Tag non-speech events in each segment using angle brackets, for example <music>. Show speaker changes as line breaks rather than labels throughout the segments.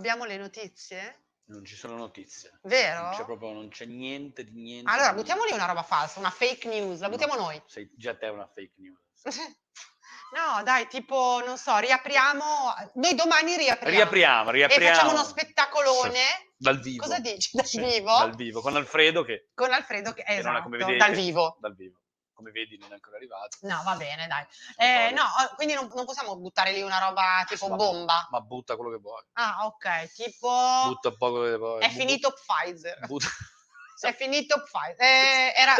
Abbiamo le notizie?
Non ci sono notizie. Non c'è
Vero?
proprio, non c'è niente di niente.
Allora,
di-
buttiamo lì una roba falsa, una fake news, la
No,
buttiamo noi. <laughs>
Sei già te una fake news.
No, dai, tipo, non so, riapriamo, noi domani riapriamo.
Riapriamo, riapriamo.
E facciamo uno spettacolone.
Dal vivo.
Cosa
<laughs>
dici? Dal
Sì,
vivo?
Dal vivo, con Alfredo che,
Con Alfredo, che,
che non è-
esatto,
come vedete,
dal vivo.
Dal vivo. Come vedi non è ancora arrivato.
No, va bene, dai.
Non
Eh,
so,
no, quindi non, non possiamo buttare lì una roba tipo
Ma-
bomba.
Ma butta quello che vuoi.
Ah, ok, tipo...
Butta un po' quello che vuoi.
È
Bu-
finito Pfizer.
Butta...
<laughs> È finito Pfizer. Eh, era...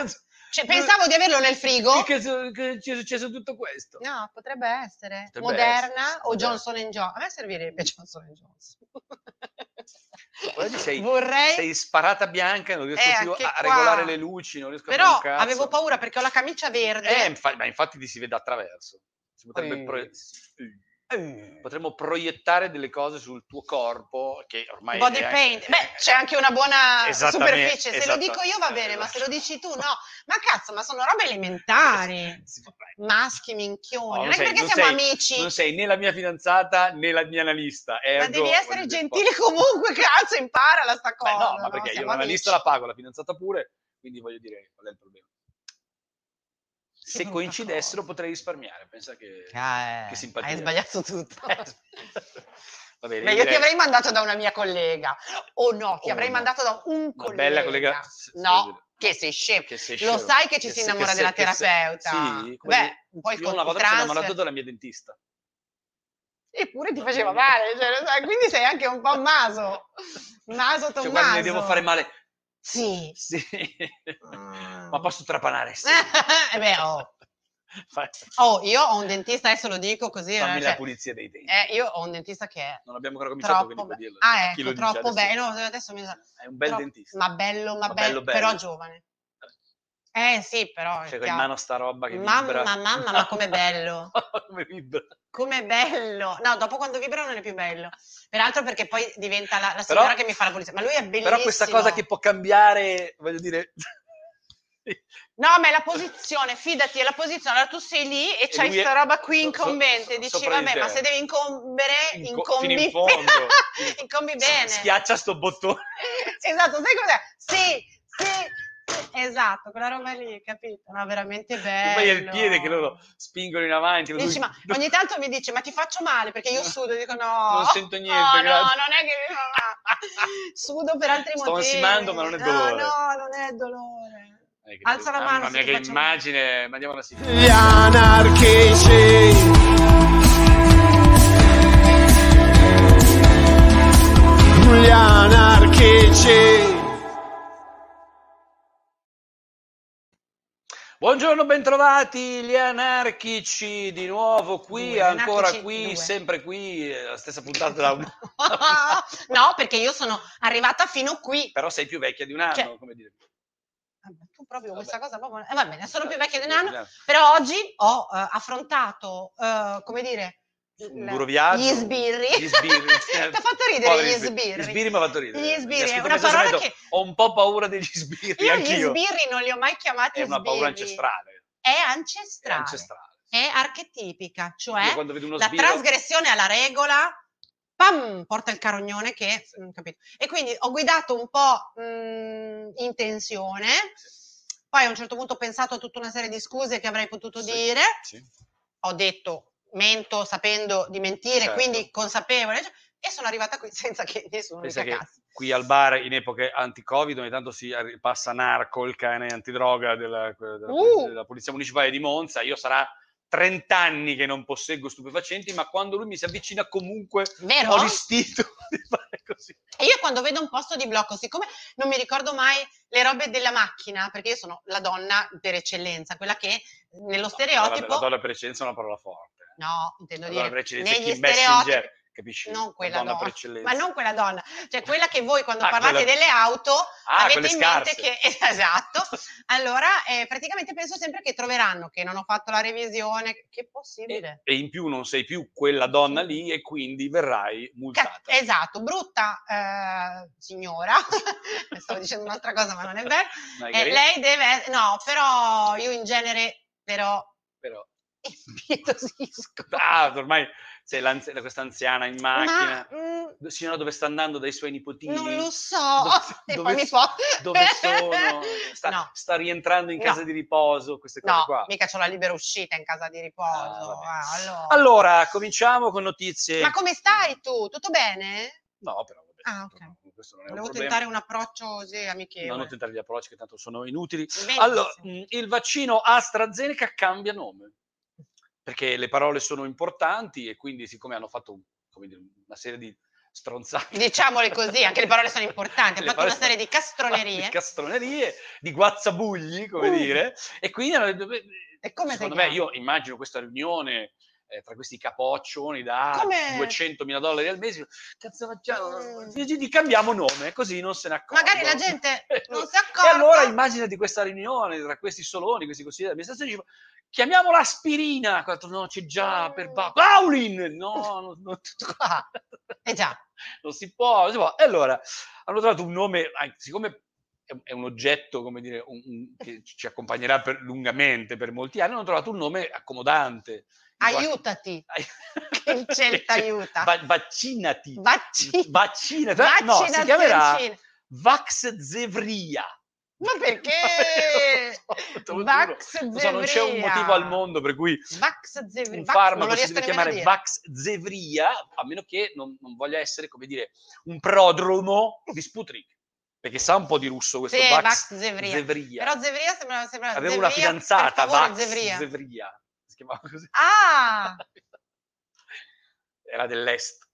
cioè, pensavo di averlo nel frigo.
Che- Che, che ci è successo tutto questo?
No, potrebbe essere
Potrebbe
Moderna
essere,
o
potrebbe
Johnson Johnson. A me servirebbe <laughs> Johnson Johnson.
Guarda, sei-
Vorrei,
Sei sparata bianca, non riesco
Eh,
più
anche
a
qua.
regolare le luci, non riesco
però
a fare un cazzo.
avevo paura perché ho la camicia verde.
Eh, infa- ma infatti ti si vede attraverso. Si potrebbe
Eh.
pro- Potremmo proiettare delle cose sul tuo corpo che ormai
Body
è anche- eh,
paint, Boh, beh, c'è anche una
<laughs>
buona
Esattamente,
superficie. Se lo
esatto.
dico io va bene, ma se lo dici tu no. Ma cazzo, ma sono robe elementari.
Eh, Sì, vabbè.
Maschi, minchioni.
No,
non,
non
è
sei-
perché
non
siamo
sei-
amici,
Non sei né la mia fidanzata né la mia analista.
ma
ergo,
devi essere
voglio dire,
gentile comunque. <laughs> Cazzo, imparala sta
po- Beh,
cosa.
no, ma perché
Siamo
io l'analista
amici.
la pago, la fidanzata pure, quindi voglio dire qual è il problema. Se
brutta
coincidessero
cosa.
potrei risparmiare, pensa che...
Ah, eh,
Che simpatia.
Hai sbagliato
<laughs>
tutto. <laughs>
Va bene,
Beh, io ti
direi-
avrei mandato da una mia collega. O no, ti
Oh,
avrei
no.
mandato da un
Una
collega.
bella collega. S-
No, che sei scemo.
che sei
Lo
scemo.
sai che ci
Che
si
se-
innamora
che se-
della
che se-
terapeuta.
Sì, come dire,
Beh, poi
Io
con
una
il
volta mi sono innamorato
transfer.
dalla mia dentista.
Eppure ti faceva male, cioè, lo sai, quindi sei anche un po' maso. Maso
Cioè,
Tommaso.
guarda, mi devo fare male.
Sì.
Sì.
Mm.
Ma posso trapanare? Sì.
<laughs> Eh beh,
<laughs>
oh.
Fa-
Oh, io ho un dentista, adesso lo dico così.
Fammi
eh,
la
cioè,
pulizia dei denti.
eh, io ho un dentista che è
non abbiamo ancora
troppo
cominciato, quindi puoi
bello.
dirlo.
Ah,
A chi
ecco,
lo dice
troppo
adesso?
bello. Adesso mi sa-
È un bel
troppo-
dentista.
Ma bello, ma,
Ma
bello,
bello, bello.
però giovane. Eh sì, però. è
Cioè, con in
chiaro.
mano sta roba che vibra.
Mamma, mamma, ma com'è bello.
<laughs> Come vibra.
Com'è bello. No, dopo quando vibra non è più bello. Peraltro perché poi diventa la, la
Però-
signora che mi fa la pulizia. Ma lui è bellissimo.
Però questa cosa che può cambiare, voglio dire... <laughs>
No, ma è la posizione, fidati, è la posizione. Allora tu sei lì e, c'hai
lui è-
questa roba qui
so-
incombente.
so- so-
Dici,
sopra di
vabbè,
te.
ma se devi incombere,
Inco- fino
incombi.
in fondo.
<laughs> incombi bene.
Schiaccia sto bottone.
<laughs> esatto, sai cos'è? Sì, sì, sì, esatto, quella roba lì, capito? No, veramente bello.
E poi è il piede che loro spingono in avanti. Eh, lui-
Dici, ma ogni tanto mi dice, ma ti faccio male perché io
No,
sudo, dico no.
non sento niente,
no, no,
grazie.
non è che mi fa
<laughs>
male. Sudo per altri
Sto
motivi.
ansimando, ma non è dolore.
No, no, non è dolore.
Eh, che-
Alza la mano
Mamma
se
mia,
ti
che
faccio-
immagine. Mandiamo la sigla.
gli anarchici. Gli anarchici.
Buongiorno, bentrovati gli anarchici di nuovo qui,
Due,
ancora
anarchici
qui,
due.
sempre qui, eh, la stessa puntata della-
<laughs> no, perché io sono arrivata fino qui.
Però sei più vecchia di un anno,
Cioè,
come dire.
Vabbè, Tu proprio
Vabbè.
questa cosa proprio... eh, va bene, sono più vecchia di un anno, però oggi ho eh, affrontato, eh, come dire,
Un
la-
duro viaggio.
gli sbirri.
Gli sbirri.
<laughs>
cioè, certo.
Ti ha fatto ridere
Poveri
gli
Gli
sbirri.
sbirri mi ha fatto ridere.
Gli
Mi ha
sbirri, è
scritto
una
messaggio,
parola
mi ha detto,
che-
Ho un po' paura degli
Io
sbirri,
gli
anch'io.
sbirri non li ho mai chiamati
È una paura
sbirri.
ancestrale.
È
È
ancestrale.
ancestrale.
È archetipica,
Io
cioè
quando vedo uno
la
sbirro...
trasgressione alla regola pam, porta il carognone che mm, capito. e quindi ho guidato un po' mm, in tensione poi a un certo punto ho pensato a tutta una serie di scuse che avrei potuto
Sì.
dire
Sì.
ho detto mento sapendo di mentire
Certo.
quindi consapevole cioè, e sono arrivata qui <laughs> senza che nessuno mi
Pensa che
cagasse
qui al bar in epoche anti-covid ogni tanto si arri- passa narco il cane antidroga della, della,
Uh!
della polizia municipale di Monza io sarà 30 anni che non posseggo stupefacenti ma quando lui mi si avvicina comunque
vero?
ho l'istinto <laughs> di fare così
E io quando vedo un posto di blocco, siccome non mi ricordo mai le robe della macchina, perché io sono la donna per eccellenza, quella che nello
la, la
stereotipo...
donna per eccellenza è una parola forte
no, intendo
la
dire...
donna per eccellenza è
negli
Kim Bessinger
stereotipi-
capisci?
Non
La
quella
donna
donna,
per eccellenza
Ma non quella donna, cioè quella che voi quando
Ah,
parlate
quella-
delle auto
ah,
avete
quelle
in
scarse
mente che... <laughs> Esatto. Allora, eh, praticamente penso sempre che troveranno che non ho fatto la revisione, che è
e,
possibile.
e in più non sei più quella donna lì e quindi verrai multata
Ca- esatto, brutta eh, signora, <laughs> stavo dicendo un'altra cosa ma non è vero, Eh,
Margherita,
lei deve, no, però io in genere, però
però
impietosisco.
Ah, ormai c'è l'anz- questa anziana in macchina.
Ma mm,
Signora dove sta andando dai suoi nipotini?
non lo so. <laughs>
Dove-
e
dove
poi mi
so-
fa- <laughs>
Dove sono? Sta,
No,
sta rientrando in casa
No.
di riposo, queste cose
no,
qua.
mica c'ho la libera uscita in casa di riposo.
Ah, vabbè.
ah, allora.
Allora, cominciamo con notizie.
Ma come stai tu? Tutto bene?
No, però vabbè.
Ah, ok.
Questo non è
Volevo
un problema.
tentare un approccio così amichevole.
Non tentare gli approcci che tanto sono inutili.
Benissimo.
Allora, mh, mhmm, il vaccino AstraZeneca cambia nome perché le parole sono importanti e quindi siccome hanno fatto come dire, una serie di stronzate <laughs>
Diciamole così, anche le parole sono importanti, hanno
Le
fatto
parole
una serie
sono-
di castronerie.
di castronerie, di guazzabugli, come
Mm.
dire, e quindi hanno detto, beh,
E come
secondo
si
me
chiama?
io immagino questa riunione eh, tra questi capoccioni da
Come-
200.000 dollari al mese, cazzo facciamo?
Mm.
Gli gli cambiamo nome, così non se ne accorgono.
Magari la
<laughs>
gente non si
E
accorge.
allora immagina di questa riunione tra questi soloni, questi consiglieri di amministrazione, dice, chiamiamola aspirina, Quattro, no c'è già, per pa- Paulin, no, <laughs> non, non-
Ah, eh già.
non si può, non si può. E allora hanno trovato un nome, ah, siccome è un- è un oggetto, come dire, un- un- che ci accompagnerà per- lungamente per molti anni, hanno trovato un nome accomodante. In qualche-
Aiutati.
Ai-
Che il
<laughs>
Celta aiuta.
Va- vaccinati.
Vacci-
Vaccinati. No,
Vaccinazione
si chiamerà
in Cina.
Vax Zevria. <laughs>
Ma perché?
Non <laughs> so, te lo giuro.
Vax
Non so, non c'è un
Zevria.
motivo al mondo per cui
Vax Zevria.
un
Vax, non
farmaco
lo
si
riesco nemmeno
deve
a
chiamare
dire.
Vax Zevria, a meno che non, non voglia essere, come dire, un prodromo di Sputnik. Perché sa un po' di russo questo
Sì,
Vax,
Vax
Zevria.
Zevria. Però Zevria sembrava... sembrava
Avevo
Zevria,
una fidanzata,
per favore,
Vax
Zevria.
Zevria. Si chiamava così.
Ah!
Era dell'est.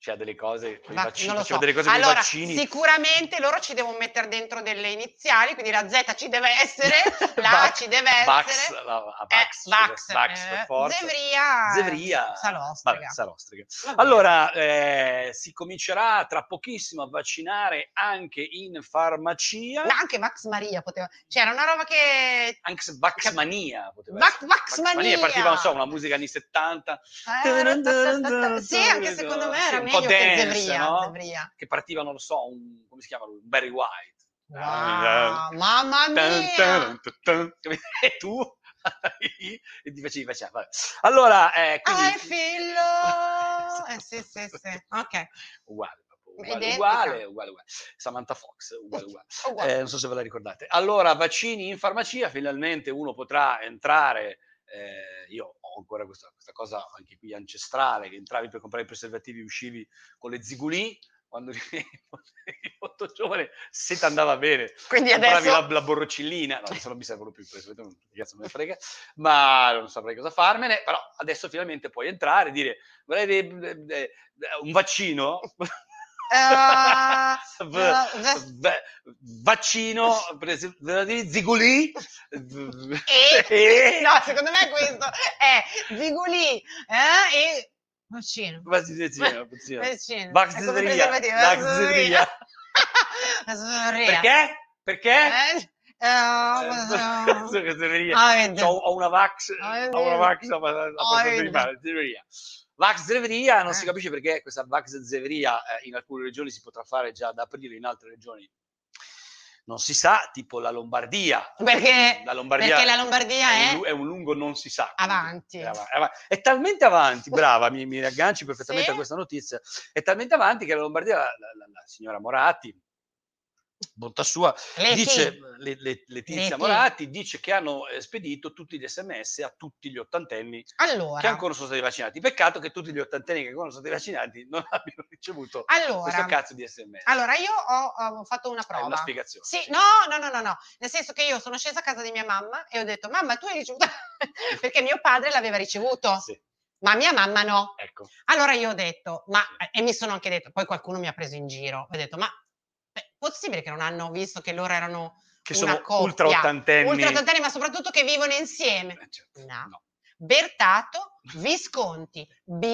C'era delle cose, con i
Va-
vaccini,
non lo
faceva
so.
delle cose con i
allora,
vaccini.
sicuramente loro ci devono mettere dentro delle iniziali, quindi la Z ci deve essere,
<laughs>
la A
Vax-
ci deve
Vax,
essere.
la- la-
eh,
Vax,
Vax,
Vax
eh,
per forza.
Zevria.
Zevria.
Salostriga.
Vabbè, Sarostriga.
Va bene.
Allora, eh, si comincerà tra pochissimo a vaccinare anche in farmacia,
Ma anche Vax Maria poteva... C'era una roba che...
anche se Vaxmania poteva
Vax, Vax
essere. Vaxmania
Mania!
partiva, non so, una musica anni 70
Eh, Sì, anche secondo me
Sì,
era
un po'
meglio che
dance,
Zevria.
no?
Zevria.
che partivano, non so, un, come si chiama lui? Un Barry White.
Wow, mamma
Eh, Tan,
mia!
tan, tan, tan. <laughs> E tu e ti facevi facciamo. vabbè. Allora, eh, quindi,
Ah, è figlio! Eh sì, sì, sì. Ok.
Eh, uguale, proprio uguale,
Identica.
uguale, uguale, uguale. Samantha Fox,
<laughs>
uguale, uguale.
Uguale.
Eh, non so se ve la ricordate. Allora, vaccini in farmacia, finalmente uno potrà entrare. eh, io ho ancora questa, questa cosa anche qui ancestrale, che entravi per comprare i preservativi, uscivi con le zigulì. Quando <laughs> eri molto giovane, se ti andava bene,
Quindi
compravi
adesso...
la, la borrocillina. No, adesso non mi servono più i preservativi, non- che cazzo me ne frega, ma non saprei cosa farmene. Però adesso finalmente puoi entrare e dire: Vorrei eh, eh, eh, un vaccino? <laughs>
Ah,
V-
ah,
v- vaccino, presi- zigulì v-
e-
<laughs> e-
Eh? <laughs> no, secondo me questo è Zigulì eh, e vaccino.
vaccino,
Vaccino.
vaccino.
È come
Vaxzeria,
preservativo, eh,
Vaxzeria.
<laughs> Vaxzeria.
Perché? Perché? Eh,
Eh, eh, ah,
<laughs>
vaxzeria.
Vaxzeria.
Ah, vedi.
C'ho- Ho una vax,
Ah, è
ho una
vero.
vax a a- a-
Ah, è
a-
vero.
vaxzeria. Vaxzeria, non si
Eh.
capisce perché questa vaxzeria eh, in alcune regioni si potrà fare già ad aprile, in altre regioni non si sa, tipo la Lombardia.
Perché-
la Lombardia
Perché la Lombardia
è, un,
è
lu- è un lungo non si sa. quindi
avanti.
È, avanti, è avanti. È talmente avanti, brava, mi, mi agganci perfettamente
Sì.
a questa notizia. È talmente avanti che la Lombardia, la, la- la- la signora Morati, bontà sua,
Leti.
dice, le, le-
Leti.
Letizia Morati dice che hanno eh, spedito tutti gli sms a tutti gli ottantenni che
Allora,
ancora non sono stati vaccinati. Peccato che tutti gli ottantenni che ancora non sono stati vaccinati non <laughs> abbiano ricevuto questo
allora,
cazzo di Eh, sms.
allora io ho, ho fatto una
È
prova.
una spiegazione.
Sì, no, no, no, no, no, nel senso che io sono scesa a casa di mia mamma e ho detto, mamma, tu hai ricevuto, <laughs> perché mio padre l'aveva ricevuto,
Sì,
ma mia mamma no.
ecco.
Allora io ho detto, ma, eh, e mi sono anche detto, poi qualcuno mi ha preso in giro, ho detto, ma è possibile che non hanno visto che loro erano
Che
Una
sono
coppia.
ultra ottantenni.
ultra tantenni, ma soprattutto che vivono insieme.
Eh, certo.
No.
No.
Bertato, Visconti, B,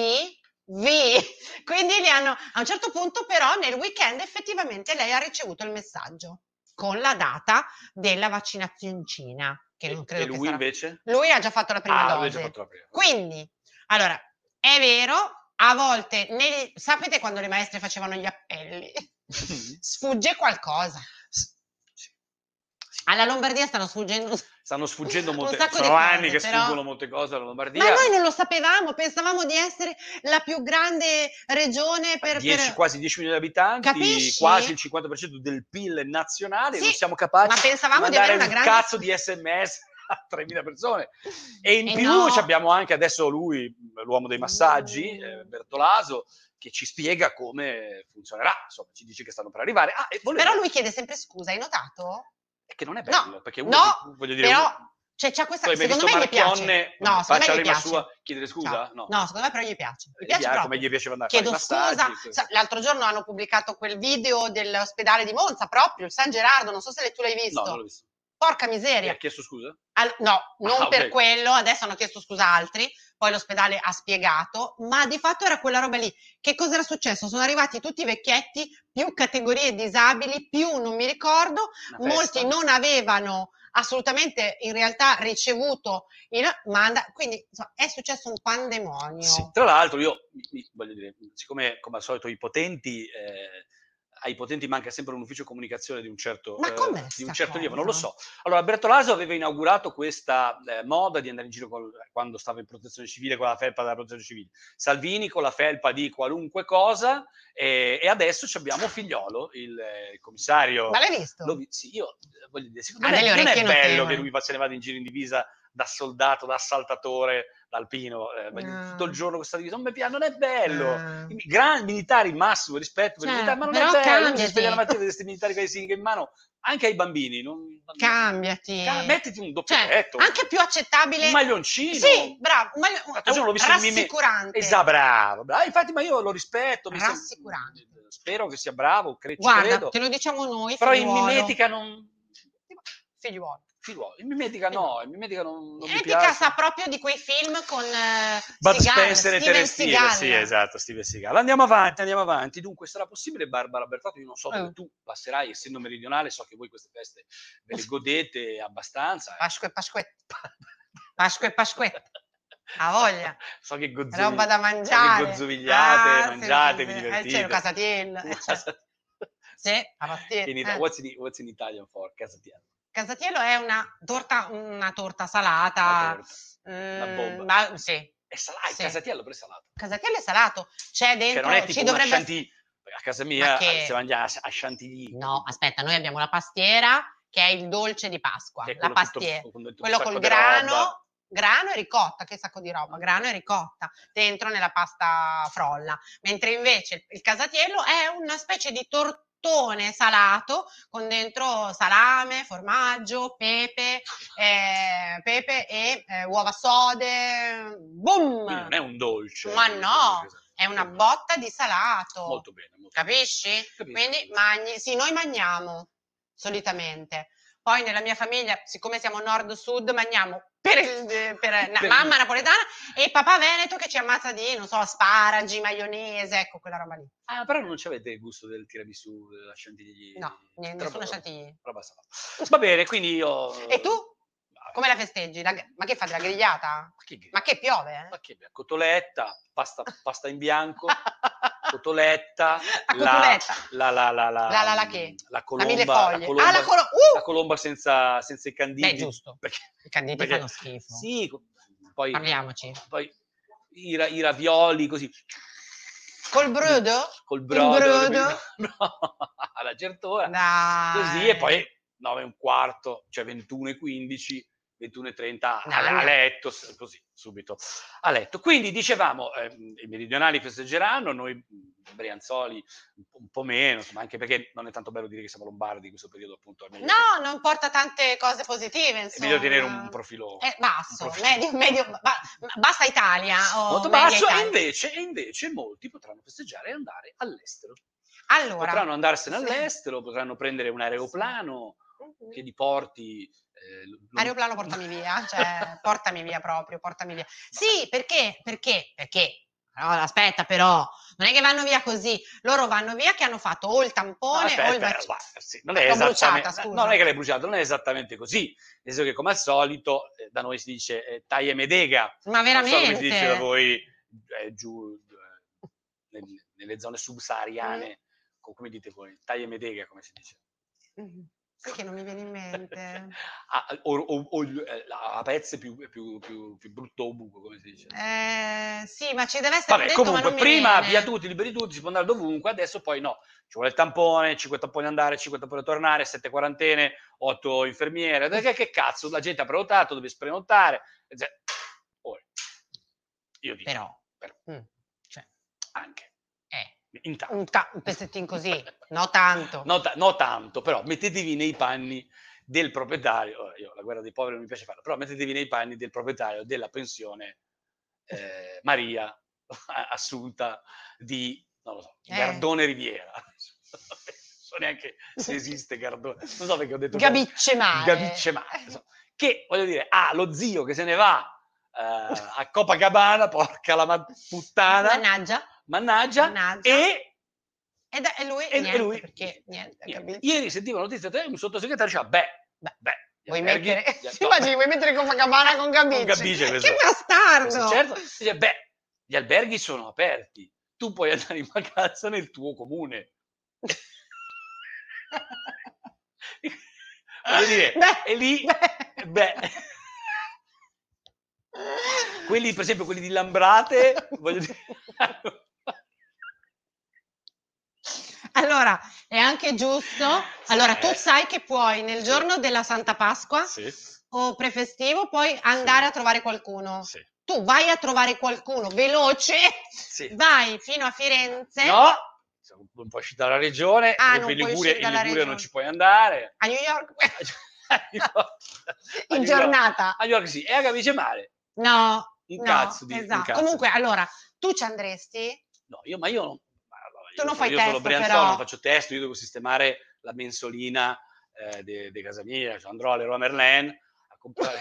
V. <laughs> Quindi li hanno, a un certo punto però nel weekend effettivamente lei ha ricevuto il messaggio con la data della vaccinazioncina, che non credo
e lui
che sarà.
invece? Ah,
Lui ha già fatto la prima
lui ha già
dose.
fatto la prima.
Quindi, allora, è vero, a volte, nei- sapete quando le maestre <laughs> facevano gli appelli?
<laughs> Sì.
Sfugge qualcosa.
Sì.
Alla Lombardia stanno sfuggendo.
Stanno sfuggendo
Un
molte
sacco di
Sono anni
cose,
che
però.
sfuggono molte cose alla Lombardia.
Ma noi non lo sapevamo, pensavamo di essere la più grande regione per...
10,
per-
quasi 10 milioni di abitanti,
Capisci?
quasi il 50% del PIL nazionale,
Sì,
non siamo capaci
ma pensavamo di
mandare
avere una
un
grande...
cazzo di sms <laughs> a 3.000 persone. E in
Eh
più
no.
ci abbiamo anche adesso lui, l'uomo dei massaggi,
Mm.
eh, Bertolaso, che ci spiega come funzionerà, insomma, ci dice che stanno per arrivare. Ah, e volevo,
Però lui chiede sempre scusa, hai notato?
è che non è bello,
No,
perché
no,
uno, voglio dire,
però
uno-
cioè, c'è questa...
tu hai mai
Secondo
visto
me gli
Marchionne
piace. No, secondo
faccia
me gli
rima
piace.
sua chiedere scusa?
Ciao. secondo me però gli piace. Gli
Gli
piace
piace,
proprio.
come gli piaceva andare a
Chiedo
fare i massaggi,
scusa,
questo.
sa- l'altro giorno hanno pubblicato quel video dell'ospedale di Monza proprio, il San Gerardo, non so se tu l'hai visto.
No, non l'ho visto.
Porca
Mi ha
miseria.
chiesto scusa?
Al- no, non
Ah, ok.
per quello, adesso hanno chiesto scusa altri, poi l'ospedale ha spiegato, ma di fatto era quella roba lì. Che cosa era successo? Sono arrivati tutti i vecchietti, più categorie disabili, più non mi ricordo,
Una festa?
molti non avevano assolutamente in realtà ricevuto il manda, quindi insomma, è successo un pandemonio.
Sì, tra l'altro, io mi- mi- voglio dire, siccome come al solito i potenti, eh, ai potenti manca sempre un ufficio comunicazione di un certo,
Ma
eh,
com'è
di
sta
un certo
cosa?
lievo, non lo so. Allora, Bertolaso aveva inaugurato questa eh, moda di andare in giro col- quando stava in protezione civile con la felpa della protezione civile, Salvini con la felpa di qualunque cosa, e, e adesso ci abbiamo Figliolo, il, eh, il commissario.
Ma l'hai visto?
Lo vi- sì, io eh, voglio dire, secondo
Ha
me
delle
non è
orecchie
bello
notevoli.
che lui va- se ne vada in giro in divisa da soldato, da assaltatore, da alpino, eh, voglio dire,
No.
tutto il giorno con questa divisa, non mi piace, non è bello.
Ah.
I gran militari, massimo rispetto per i
Cioè,
militari, ma non
però
è bello, non si
cambiati.
sveglia la mattina e vede questi militari con i singhi in mano, anche ai bambini. Non, non-
Cambiati.
Ca- mettiti un doppio
Cioè,
petto,
anche più accettabile.
un maglioncino.
Sì, bravo, un maglio-
L'altro giorno l'ho visto in mime-
rassicurante.
Esatto, bravo, bravo. Infatti, ma io lo rispetto. mi sem-
Rassicurante.
Spero che sia bravo, cre- ci
Guarda,
credo.
te lo diciamo noi,
Però in
figliuolo.
mimetica non...
Figliuolo.
Figliuolo, in mimetica no, in mimetica non, non mi
Etica
piace.
Esatto. sa proprio di quei film con eh,
Bud
Seagal,
Spencer e
Steven
Terence Hill,
Seagal.
sì, esatto, Steven Seagal. Andiamo avanti, andiamo avanti. Dunque, sarà possibile, Barbara Bertotto, io non so dove
Eh.
tu passerai, essendo meridionale, so che voi queste feste ve le godete abbastanza. eh.
Pasqua e Pasquetta. Pasqua e Pasquetta. Ha voglia.
<laughs> So che gozzovigli-
Roba da mangiare.
so che gozzovigliate,
Ah,
mangiate,
sì,
vi
sì, sì.
divertite.
Eh, c'è il casatiello.
<laughs>
eh, cioè, <laughs> Sì, la pastiera.
in Ita- what's, in, what's in Italian for? Casatiello.
Casatiello è una torta, una torta salata.
La torta.
Mm,
bomba.
ma- sì.
È salato,
Ah. Sì.
casatiello, però è salato.
Casatiello è salato. C'è
Cioè,
dentro.
non è tipo
ci
una
dovrebbe
chantilly. A casa mia
Ma che-
si mangia a- a chantilly.
No, aspetta, noi abbiamo la pastiera che è il dolce di Pasqua.
Che è
La
quello tutto-
pastiera.
con tutto un
Quello
sacco
col
di roba.
grano. Grano e ricotta, che sacco di roba, grano e ricotta dentro nella pasta frolla, mentre invece il casatiello è una specie di tortone salato con dentro salame, formaggio, pepe, eh, pepe e eh, uova sode,
Quindi
boom!
non è un dolce. esatto.
Ma no, È una botta di salato.
Molto bene. molto
Capisci?
Capisco.
Quindi magni, sì, noi mangiamo solitamente. Poi nella mia famiglia, siccome siamo nord-sud, mangiamo per, il- eh,
<laughs>
per na-
Per-
mamma napoletana e papà veneto che ci ammazza di, non so, asparagi, maionese, ecco quella roba lì.
Ah, però non c'avete il gusto del tiramisù, della chantilly.
No, n-
Roba-
nessuna
roba-
chantilly.
roba salata. Va bene, quindi io...
E tu?
Ma-
Come la festeggi? La- ma che fate, la grigliata?
Ma che,
Ma che piove? eh?
ma che- Cotoletta, pasta,
<laughs>
pasta in bianco, cotoletta,
La
la-
cotoletta.
la, la, la, la,
La- la- la che?
La
La
colomba,
mille
la
foglie.
colomba,
ah, la colo-
la
uh!
colomba senza, senza i canditi.
Beh, Eh, giusto.
Perché-
I canditi
perché-
fanno schifo.
sì, co- poi,
Parliamoci.
poi i, ra- i ravioli così.
Col brodo?
Col
brodo.
brodo. <laughs> No, alla certa ora.
Dai.
così e poi 9 e un quarto, cioè 21 e 15, 21 e 30 a,
Dai.
a letto, s- così subito a letto. Quindi dicevamo, ehm, i meridionali festeggeranno, noi mh, brianzoli un po', un po' meno, insomma, anche perché non è tanto bello dire che siamo lombardi in questo periodo appunto. È meglio,
No, non porta tante cose positive,
è
insomma.
meglio tenere un profilo
Eh, basso,
un profilo.
medio, medio, ba- ma- basta Italia. o
molto
media
basso e
Italia.
invece, e invece molti potranno festeggiare e andare all'estero.
Allora,
potranno andarsene
sì.
all'estero, potranno prendere un aeroplano che li porti... eh, lo-
aeroplano portami
<laughs>
via, cioè portami via proprio, portami via. Sì, perché? Perché? Perché? Allora, aspetta però, non è che vanno via così, loro vanno via che hanno fatto o il tampone
No, aspetta,
o il vaccino.
guarda, sì, non, è
L'ho
esattamente,
bruciata, scusa.
no, non è che l'hai bruciata, non è esattamente così. Nel senso che, come al solito, eh, da noi si dice eh, taglia e medega.
Ma
Non so come si dice da
veramente?
voi eh, giù eh, nel-
Mm.
nelle zone subsahariane. co- Come dite voi? Taglia e medega, come si dice?
Perché Mm-hmm. non mi viene in mente?
a, o, o- o il- eh, la- a pezze più, più- più- più brutto o buco, come si dice.
Eh, sì, ma ci deve essere un
Vabbè,
detto, ma
comunque,
non mi
prima
viene.
via tutti, liberi tutti, si può andare dovunque, adesso poi no, ci vuole il tampone, 5 tamponi andare, 5 tamponi tornare, 7 quarantene, 8 infermiere, Dai, che, che cazzo, la gente ha prenotato, dove prenotare, cioè, ora, io dico,
Però,
però,
mm, cioè,
anche,
eh,
intanto,
un, ta- un pezzettino così, no tanto.
no, ta- no tanto, però mettetevi nei panni del proprietario, ora, io la guerra dei poveri non mi piace farla, però mettetevi nei panni del proprietario della pensione eh, Maria <laughs> Assunta di, non lo so,
Eh.
Gardone Riviera. <laughs> non so neanche se esiste Gardone, non so perché ho detto
Gabicce male.
Gabicce Mare, insomma. che voglio dire, ha lo zio che se ne va eh, a Copacabana, porca la ma- puttana,
Mannaggia.
mannaggia,
Mannaggia.
e
E, da- e lui,
e- e
niente,
lui-
perché niente,
niente.
capito?
Ieri sentivo la notizia te, un sottosegretario diceva, beh, beh, beh, gli
Vuoi
alberghi-
mettere, <laughs>
gli-
Ti
no,
immagini, vuoi mettere Copacabana con Gabice?
Con Gabice, questo-
che bastardo!
questo certo, dice, beh, gli alberghi sono aperti, tu puoi andare in vacanza nel tuo comune. <laughs> Voglio dire,
Beh,
e lì,
beh.
beh, quelli, per esempio, quelli di Lambrate, voglio
<laughs>
dire,
Allora, è anche giusto. Allora, tu
Eh.
sai che puoi nel
Sì.
giorno della Santa Pasqua
sì,
o prefestivo puoi andare a trovare qualcuno.
sì,
Tu vai a trovare qualcuno veloce,
sì.
vai fino a Firenze,
No, non puoi uscire dalla regione,
Ah,
perché
non
in
puoi
Liguria,
uscire
in
dalla
Liguria non
regione.
ci puoi andare.
a New York,
<laughs> A New York- a
<laughs>
<laughs>
in
New York-
giornata.
A New York sì, e a Capice Mare.
No,
Un
no,
cazzo di un
esatto.
cazzo.
Comunque, allora, tu ci andresti?
<laughs> No, io, ma io non... ma allora,
Tu non
sono-
fai
io sono
testo,
Brianzolo,
però.
non faccio testo, io devo sistemare la mensolina eh, de- de casa mia, cioè andrò alle Roma Merlin a comprare... a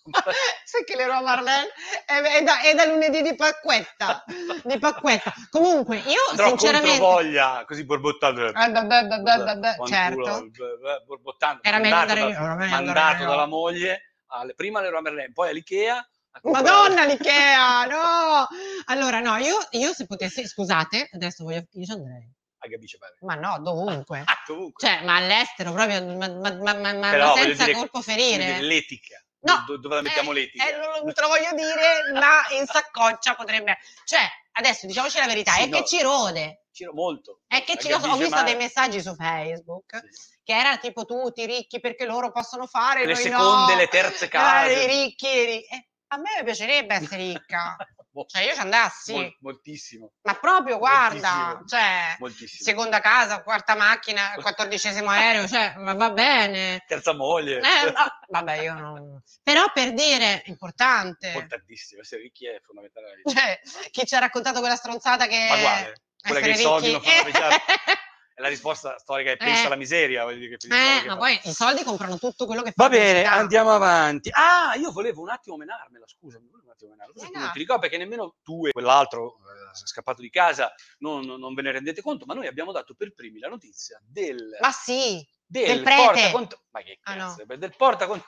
comprare-
Sai che Leroy Marlene è, è da, è da lunedì di pacquetta, di pacquetta. <laughs> Comunque, io
andrò contro
sinceramente...
voglia, così borbottando.
Eh, beh, beh, beh, beh, beh, beh,
Fanculo,
certo.
beh, beh, borbottando,
Era meglio
mandato,
andare
da-
io, era meglio andare
mandato
io.
dalla moglie, alle- prima alle Roma Merlin, poi all'Ikea... a comprare-
Madonna l'Ikea, no! Allora, no, io, io se potessi, scusate, adesso voglio, io ci andrei.
a Gabice Mare.
Ma no, dovunque.
Ah, comunque.
Cioè, ma all'estero proprio, ma, ma- ma- ma- ma
Però, voglio
senza
dire-
colpo
Quindi
ferire.
l'etica.
No,
Do- dove la mettiamo
Eh,
l'etica? Ah,
eh, non lo- te lo voglio dire, ma in saccoccia potrebbe... Cioè, adesso diciamoci la verità,
Sì,
è
no.
che ci rode.
Ciro molto.
È che
La
ci rode. Ho
Gabice
visto
Mare.
dei messaggi su Facebook
Sì.
che era tipo tutti i ricchi perché loro possono fare...
Le
noi
seconde,
no.
le terze
Eh,
case.
I ricchi, i ricchi. Eh, a me piacerebbe essere ricca.
<laughs> Mo-
Cioè, io ci andassi.
mol- moltissimo,
Ma proprio, guarda,
Moltissimo.
cioè,
moltissimo.
seconda casa, quarta macchina, quattordicesimo aereo, cioè, ma va bene.
Terza moglie.
Eh, no, <laughs> vabbè, io non... Però per dire, è importante,
Importantissimo, essere ricchi è fondamentale. nella vita.
cioè, chi ci ha raccontato quella stronzata che...
Ma guarda, quella che i
essere Eh,
soldi non
ricchi-
fanno viaggiare.
<laughs>
È la risposta storica è pensa alla miseria. voglio dire Diciamo che finisce la
Eh,
vita.
ma poi i soldi comprano tutto quello che fa.
Va bene,
felicità.
andiamo avanti. Ah, io volevo un attimo menarmela, scusami, volevo un attimo menarmela. Scusa,
Eh
tu
no.
non ti ricordo perché nemmeno tu e quell'altro eh, scappato di casa non, non- non ve ne rendete conto, ma noi abbiamo dato per primi la notizia del,
Ma sì,
del
del prete.
portacont- Ma che
Ah,
cazzo,
no.
beh, del portacont-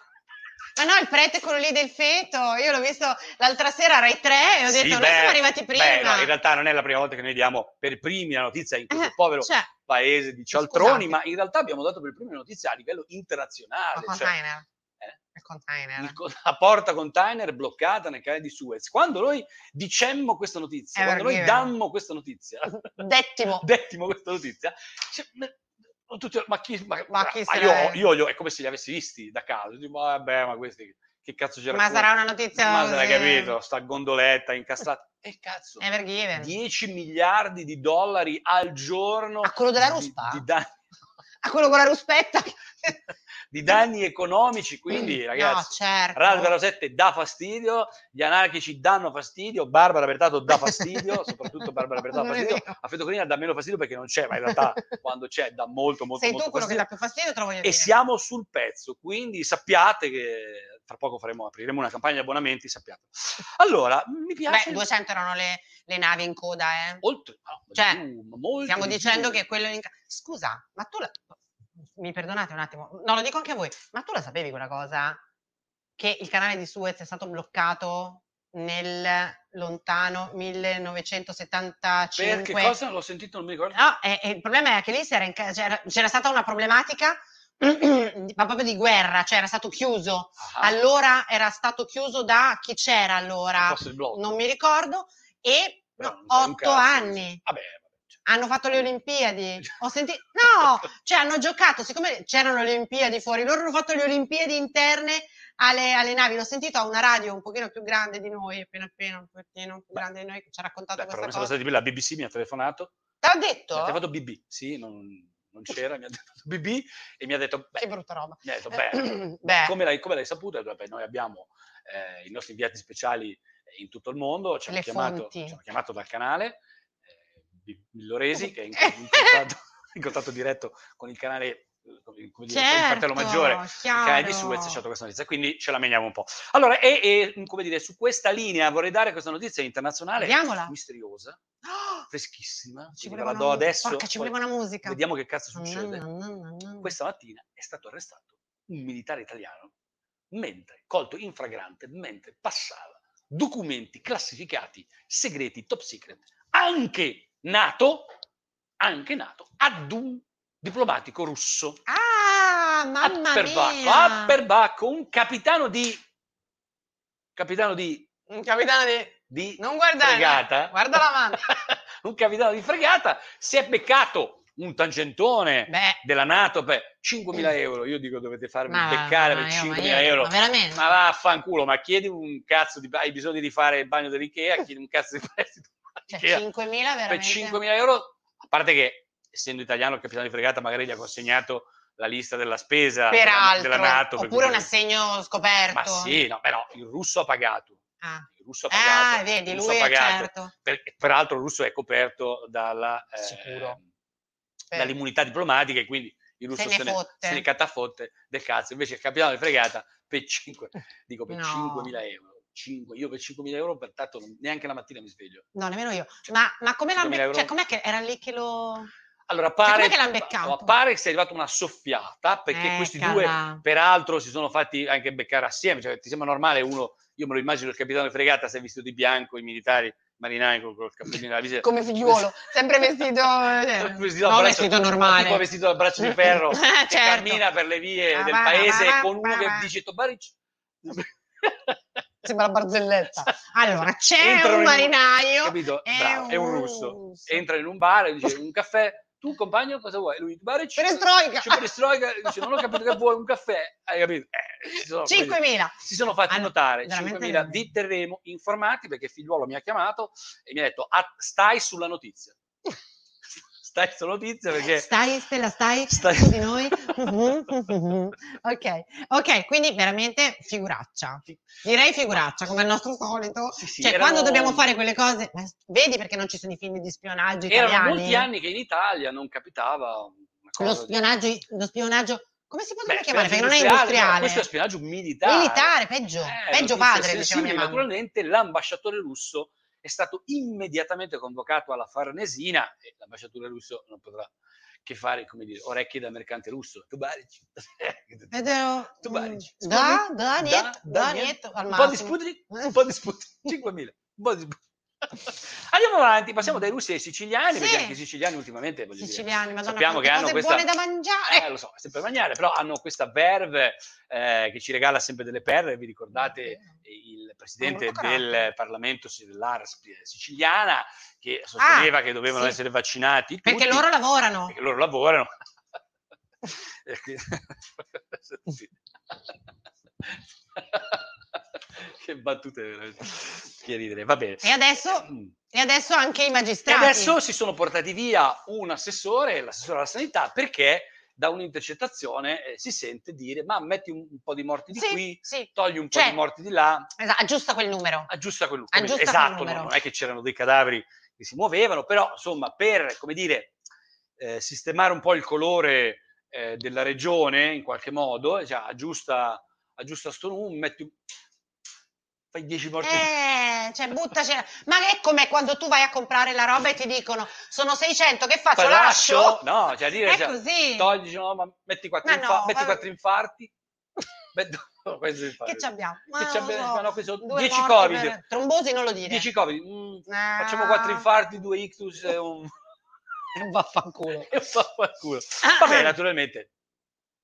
ma no, il prete quello lì del feto, io l'ho visto l'altra sera a Rai 3 e Eh, ho
Sì,
detto, noi
beh,
siamo arrivati prima.
Beh, no, in realtà non è la prima volta che noi diamo per primi la notizia in questo
Eh,
povero
cioè,
paese di cialtroni,
Scusate.
ma in realtà abbiamo dato per primi la notizia a livello
il
internazionale. cioè,
container.
eh?
Il container.
il co- la porta container bloccata nel canale di Suez. Quando noi dicemmo questa notizia,
Eh,
quando noi
perché-
dammo questa notizia, <laughs>
Dettimo.
dettimo questa notizia, cioè, ma, tutti- ma chi, ma,
Ma chi
ma
se
io,
ne-
io li ho- è come se li avessi visti da caso, dico, vabbè, ma questi che cazzo c'era?
Ma
fuori?"
sarà una notizia. eh.
Ma sarà
così.
capito, sta gondoletta incastrata. E cazzo,
Never given.
10 miliardi di dollari al giorno.
A quello della
di-
ruspa?
Di, danni,
A quello con la ruspetta.
di danni economici, quindi ragazzi.
No, certo.
Ralf Rosette dà fastidio, gli anarchici danno fastidio, Barbara Bertato dà
<laughs>
fastidio, soprattutto Barbara Bertato dà
Non è
fastidio,
vero.
a Fedo Corina dà meno fastidio perché non c'è, ma in
<laughs>
realtà quando c'è dà molto molto
Sei tu
molto
quello che
fastidio.
dà più fastidio, eh. te lo voglio
E
dire.
siamo sul pezzo, quindi sappiate che tra poco faremo, apriremo una campagna di abbonamenti, sappiate. Allora, mi piace...
Beh, 200 erano le, le navi in coda, eh.
Oltre, no, ma
Cioè,
di più, ma molto
Stiamo
di
dicendo
più.
che quello in... ca- Scusa, ma tu la... Mi perdonate un attimo, no, lo dico anche a voi, ma tu la sapevi quella cosa? Che il canale di Suez è stato bloccato nel lontano 1975. Ah,
Perché cosa? L'ho sentito, non mi ricordo.
No, e- e il problema è che lì si era inca- c'era, c'era stata una problematica <clears throat> ma proprio di guerra, cioè era stato chiuso.
Ah,
Allora era stato chiuso da chi c'era allora?
posso il blog.
Non mi ricordo. E
Però
no,
non sai un
otto
cazzo.
anni.
Vabbè, cioè.
Hanno fatto le Olimpiadi. Ho sentito. No! Cioè hanno giocato, siccome c'erano le Olimpiadi fuori, loro hanno fatto le Olimpiadi interne alle, alle navi. L'ho sentito a una radio un pochino più grande di noi, appena appena, un pochino più grande di noi, che ci ha raccontato
Beh, però
questa
questa
cosa.
cosa di me, la BBC mi ha telefonato,
Te l'ho
mi ha
detto?
telefonato BB, sì, non, non c'era, mi ha telefonato BB e mi ha detto, beh,
Che brutta roba.
mi ha detto, beh,
<clears throat> Beh.
come, l'hai, come l'hai saputo? Ho detto, "Beh, noi abbiamo eh, i nostri inviati speciali eh, in tutto il mondo, ci hanno,
Le
chiamato,
fonti.
ci hanno chiamato dal canale, eh, B- Milloresi che è
Eh.
in,
<laughs>
in contatto, in contatto diretto con il canale, eh, come- come dire, con il
Certo,
fratello maggiore il canale di Suez c'è questa notizia, quindi ce la meniamo un po'. Allora, e, e, come dire, su questa linea vorrei dare questa notizia internazionale
Vediamola.
misteriosa,
Oh,
freschissima,
ci
quindi
voleva
ve la
una
do
musica.
adesso,
Porca, ci
poi
voleva una musica.
vediamo che cazzo succede.
Na, na, na, na, na.
Questa mattina è stato arrestato un militare italiano mentre, colto in fragrante, mentre passava documenti classificati, segreti, top secret, anche nato, anche nato, ad un diplomatico russo.
Ah, mamma
Apperbacco,
mia!
Apperbacco, un capitano di capitano di,
Un Mm, capitano di...
di
Non guardare,
fregata.
guarda la
<laughs>
mano.
un capitano di fregata si è beccato un tangentone
Beh,
della Nato per 5.000 euro. Io dico dovete farmi
ma-
beccare per
ma io- ma
5.000
io-
euro.
Ma veramente?
Ma vaffanculo, ma chiedi un cazzo di hai bisogno di rifare il
<laughs>
bagno dell'IKEA, chiedi un cazzo di prestito
Cioè,
all'IKEA.
5.000
per
veramente?
5.000 euro, a parte che essendo italiano il capitano di fregata magari gli ha consegnato la lista della spesa della-
Peraltro.
della Nato. per
Oppure un
cui-
assegno scoperto.
Ma sì, no, beh, no, il russo ha pagato.
Ah,
Il russo ha
Ah,
pagato.
vedi,
il russo
lui
ha
è
pagato.
certo.
Per- peraltro il russo è coperto dalla, eh,
Sicuro. Beh,
dall'immunità diplomatica e quindi il russo
Se
se
ne
ne,
fotte.
se ne catafotte del cazzo. Invece il capitano di fregata per 5, dico, per
No.
5.000 euro. 5, io per 5.000 euro, pertanto non- neanche la mattina mi sveglio.
No, nemmeno io. Ma, ma come l'hanno
5.000 euro?
Cioè, com'è che era lì che lo...
Allora
com'è
pare,
che l'han beccato?
no, pare che sia arrivata una soffiata perché
Eh,
questi due
cavolo.
peraltro si sono fatti anche beccare assieme, cioè ti sembra normale uno, io me lo immagino il capitano di fregata se è vestito di bianco, i militari, i marinai con col cappellino della visiera.
come figliuolo, sempre
<laughs>
vestito, eh,
Vestito a
non
braccio-
vestito
Tipo
normale.
vestito da braccio di
<laughs>
ferro
Eh,
che
certo.
Cioè, cammina per le vie
Ah,
del
va,
paese
va, va,
con uno
va,
che
va.
dice
<laughs>
Tobaric.
Sembra la
<laughs>
barzelletta. Allora, c'è
Entrano
un
in-
marinaio
<laughs> Capito?
e
Bravo, è un russo. Entra in un bar e dice un caffè, tu compagno cosa vuoi? Lui Tobaric.
Perestroika.
C'è Perestroika, dice non ho
<laughs>
capito che vuoi un caffè, hai capito? Eh, ci sono-
5.000.
si sono fatti
Hanno-
notare
veramente
5.000
veramente.
vi terremo informati perché figliuolo mi ha chiamato e mi ha detto "Ah, stai sulla notizia <laughs> stai sulla notizia perché
Stai, Stella, stai
<laughs> Stai-
su di noi. <laughs> Mhm, mhm. ok, ok, quindi veramente figuraccia. Direi figuraccia, come al nostro solito.
Sì, sì,
Cioè,
erano-
quando dobbiamo fare quelle cose, ma vedi perché non ci sono i film di spionaggio italiani?
erano molti anni che in Italia non capitava una
Lo
cosa di-
spionaggio, lo spionaggio, come si potrebbe
Beh,
chiamare? Perché non è
spionaggio
industriale.
no, questo è spionaggio militare
Militare, peggio,
Eh,
peggio padre, diciamo,
notizie
diceva
sensibili,
mia mamma.
naturalmente l'ambasciatore russo è stato immediatamente convocato alla Farnesina e l'ambasciatore russo non potrà che fare come dire orecchie da mercante russo tu <laughs> barici.
Ed ero-
Tu barici.
da,
Scusami.
da, niente, da,
Mm. da
niente, al
un po' di
massimo.
sputi, un po' di sputi, <laughs> 5.000, un po' di sputi. <laughs> Mm. Andiamo avanti, passiamo dai russi ai siciliani,
Sì.
perché anche i siciliani ultimamente, voglio dire, Eh,
Siciliani, madonna,
sappiamo
quante
che hanno
cose
questa-
buone da mangiare.
eh, lo so, è sempre mangiare, però hanno questa verve eh, che ci regala sempre delle perle. Vi ricordate il presidente
Ah, molto carattere.
del Parlamento si- dell'ARS siciliana che sosteneva che dovevano
sì.
essere vaccinati tutti,
Perché loro lavorano.
perché Ah, loro lavorano. <laughs> E quindi- Sì. <laughs> che battute veramente. Che ridere, va bene.
E adesso, e adesso anche i
E
magistrati.
adesso si sono portati via un assessore, l'assessore alla sanità, perché da un'intercettazione eh, si sente dire ma metti un, un po' di morti di
sì,
qui,
sì,
togli un
Cioè-
po' di morti di là,
esa- aggiusta quel numero.
aggiusta quel
Aggiusta
numero.
quel
Esatto,
numero.
non, non è che c'erano dei cadaveri che si muovevano, però insomma per, come dire, eh, sistemare un po' il colore eh, della regione in qualche modo, cioè, aggiusta, aggiusta sto numero, metti un- fai 10 morti di
Eh, cioè buttaci. Ma è come quando tu vai a comprare la roba e ti dicono sono 600, che faccio? La lascio?
No, cioè dire...
È
cioè,
così.
togli, dice, no, ma metti quattro,
Ma
infa-
no,
metti
vabbè.
quattro infarti. <laughs> Beh, no, <laughs> questo è infarto.
Che ci abbiamo? Ma
Che ci
non lo
abbiamo?
so,
Ma no, questo-
due
10
morti
Covid.
per- Trombosi non lo dire.
10 covid, mm,
Ah.
facciamo quattro infarti, due ictus
<laughs>
e un...
Vaffanculo.
<laughs>
Ah,
e un vaffanculo. Vabbè, naturalmente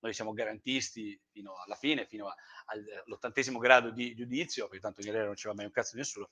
noi siamo garantisti fino alla fine, fino a- al- all'ottantesimo grado di giudizio, perché tanto in realtà non ci va mai un cazzo di nessuno,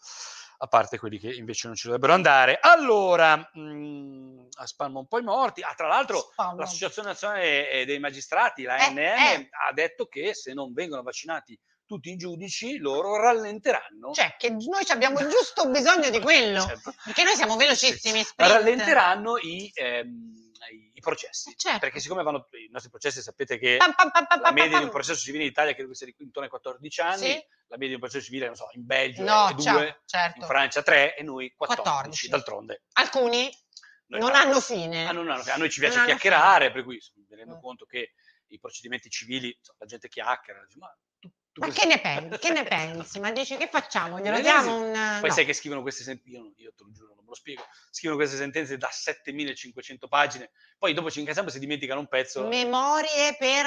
a parte quelli che invece non ci dovrebbero andare. Allora, mh, a spalmo un po' i morti. Ah, tra l'altro,
Spalmo.
l'Associazione Nazionale eh, dei Magistrati, la
Eh,
NM,
eh.
ha detto che se non vengono vaccinati tutti i giudici, loro rallenteranno.
Cioè, che noi ci abbiamo giusto bisogno di quello.
Certo.
Perché noi siamo velocissimi, sprint.
Rallenteranno i, ehm, i- i processi.
Eh, certo.
Perché siccome vanno i nostri processi, sapete che
Pam, pam, pam, pam,
la
pam,
media di un
pam.
processo civile in Italia credo che sia di intorno ai 14 anni,
Sì?
la media di un processo civile, non so, in Belgio
No,
è 2,
ciao,
in
certo.
Francia 3 e noi 14.
14.
D'altronde
Alcuni
noi
non
parliamo-
hanno fine.
Ah, non hanno- a noi ci piace
Non hanno
chiacchierare, per cui mi rendo
Mm.
conto che i procedimenti civili, insomma, la gente chiacchiera, dice, ma tu, tu
Ma
cosa- <laughs>
che ne pensi? Che ne pensi? Ma dici che facciamo? Glielo
Eh,
diamo
sì.
un...
Poi
no.
sai che scrivono queste sentenze, io, io te lo giuro, non me lo spiego, scrivono queste sentenze da 7500 pagine, poi dopo ci incasiamo e si dimenticano un pezzo.
memorie per...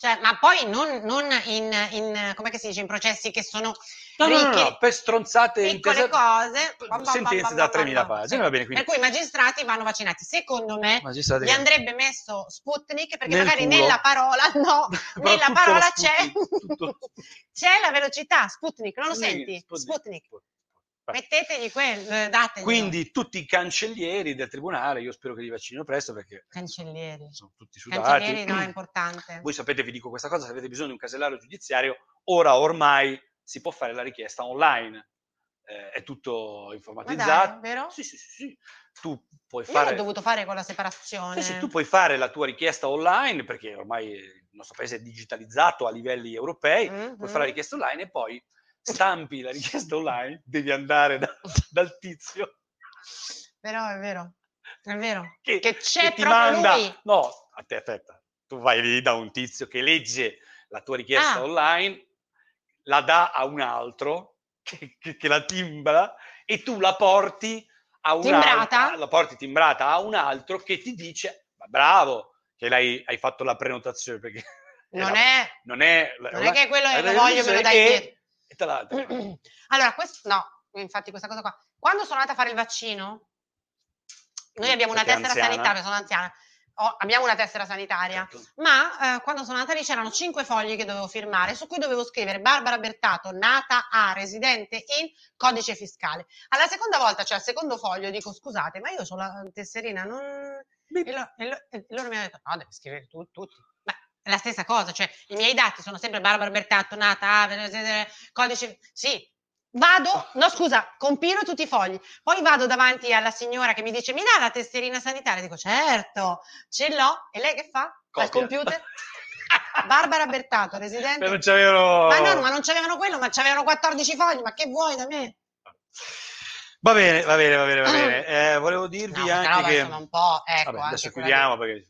Cioè, ma poi non, non in, in, come che si dice, in processi che sono
No, no, no,
ricchi-
no, per stronzate
piccole
intese-
cose, bam, bam,
sentenze
bam,
da
bam,
3000
bam, bam.
pagine, va bene, quindi
per cui i magistrati vanno vaccinati. Secondo me
magistrati
gli
che- <laughs>
andrebbe messo Sputnik perché
Nel
magari
culo.
nella parola <laughs> no,
<laughs> Però
nella
tutto
parola
lo
c'è
Sputnik, tutto lo Sputnik.
c'è la velocità, Sputnik, <laughs> non lo
Sputnik,
senti?
Sputnik.
Sputnik. Mettetegli quello, eh, dategli.
Quindi tutti i cancellieri del tribunale, io spero che li vaccinino presto perché
cancellieri.
sono tutti
Cancellieri
sudati.
no, è importante.
Voi sapete, vi dico questa cosa, se avete bisogno di un casellario giudiziario, ora ormai si può fare la richiesta online. Eh, è tutto informatizzato.
vero?
Sì, sì, sì, sì. Tu puoi
Io
fare
l'ho dovuto fare con la separazione.
Sì, sì, tu puoi fare la tua richiesta online perché ormai il nostro paese è digitalizzato a livelli europei,
Mhm.
puoi fare la richiesta online e poi stampi la
<laughs>
richiesta online, devi andare da- dal tizio
Però è vero. È vero.
che,
Che c'è
che ti
Cioè, proprio
manda. Eh,
lui.
No, a te aspetta, tu vai lì da un tizio che legge la tua richiesta
Ah.
online, la dà a un altro che, che- che la timbra e tu la porti a un
Timbrata?
altro, la porti timbrata a un altro che ti dice "Ma bravo che l'hai, hai fatto la prenotazione perché
Non
la-
è
non è,
non è che quello
la-
è, lo
la-
voglio, me lo dai
e-
dietro.
e te la- te la-
<clears throat> Allora, questo no, infatti questa cosa qua. Quando sono andata a fare il vaccino, noi abbiamo una
Mm, Perché è
tessera
anziana.
sanitaria, sono anziana, ho- abbiamo una tessera sanitaria,
Certo.
ma eh, quando sono andata lì c'erano cinque fogli che dovevo firmare, su cui dovevo scrivere Barbara Bertato, nata a, residente in, codice fiscale. Alla seconda volta, cioè al secondo foglio, dico scusate, ma io sono la tesserina, non... E, lo- e lo- e loro mi hanno detto, no, devi scrivere tu, tutti. Ma è la stessa cosa, cioè i miei dati sono sempre Barbara Bertato, nata, a, eh, codice... Sì, vado, no scusa, compilo tutti i fogli, poi vado davanti alla signora che mi dice, mi dà la tesserina sanitaria? Dico, certo, ce l'ho. E lei che fa? Al
Copia. <laughs>
computer? Barbara Bertato, residente...
Però Oh. non c'avevano-
Ma no, ma non c'avevano quello, ma c'avevano 14 fogli, ma che vuoi da me?
Va bene, va bene, va bene, va bene. Eh, volevo dirvi
Ah. No, questa
anche
roba,
che...
insomma, un po', ecco,
Vabbè,
anche
adesso
quella
chiudiamo perché...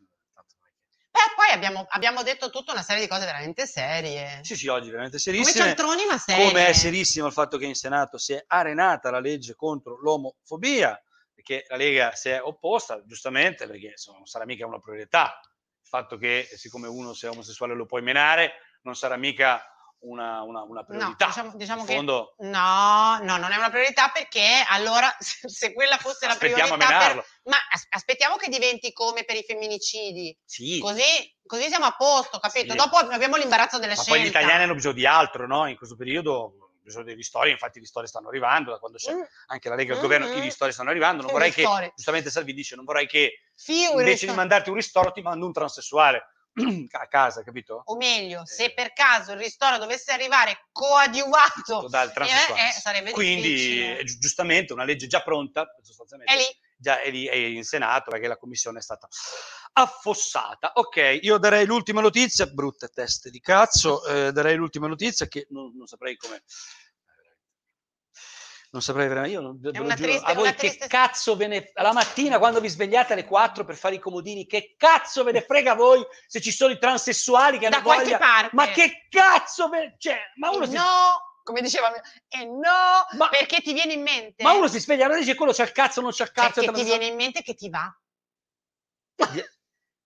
Beh, poi abbiamo, abbiamo detto tutta una serie di cose veramente serie.
Sì, sì, oggi veramente
Come
serissime.
cialtroni, ma serie.
Come è serissimo il fatto che in Senato si è arenata la legge contro l'omofobia, perché la Lega si è opposta, giustamente, perché insomma, non sarà mica una priorità. Il fatto che siccome uno sia omosessuale lo puoi menare, non sarà mica una, una- una priorità.
diciamo- diciamo
in
che-
fondo
No, no, non è una priorità perché allora <laughs> se se quella fosse la
aspettiamo
priorità...
a
per-
menarlo.
Ma as- aspettiamo che diventi come per i femminicidi.
Sì,
Così, così siamo a posto, capito?
Sì.
Dopo abbiamo l'imbarazzo della
ma
scelta.
poi gli italiani hanno bisogno di altro, no? In questo periodo hanno bisogno di ristori, infatti i ristori stanno arrivando, da quando c'è
Mm,
anche la Lega e il
Mm,
governo,
mm.
i ristori stanno arrivando, non
Che
vorrei che,
ristori?
giustamente Salvi dice, non vorrei che
Fiu, il
invece di
ristor-
mandarti un ristoro ti mando un transessuale <clears throat> a casa, capito?
O meglio,
Eh.
se per caso il ristoro dovesse arrivare coadiuvato,
Dal transessuale.
eh, sarebbe
Quindi
difficile.
eh, gi- giustamente una legge già pronta, sostanzialmente,
è lì.
già è lì è in Senato perché la commissione è stata affossata. Ok, io darei l'ultima notizia, brutte teste di cazzo, eh, darei l'ultima notizia che non, non saprei come... Non saprei veramente, io non ve- ve lo
una
giuro,
triste-
a voi
una
che
triste-
cazzo ve ne la mattina quando vi svegliate alle 4 per fare i comodini, che cazzo ve ne frega a voi se ci sono i transessuali che
Da
hanno
qualche
voglia?
parte.
Ma che cazzo ve- cioè, ma uno
E
si
no, come diceva, e no,
Ma-
perché ti viene in mente?
ma uno si sveglia e dice quello c'ha il cazzo, non c'ha il cazzo,
Cioè, che eh.
è
ti
transessuale.
viene in mente che ti va.
<laughs>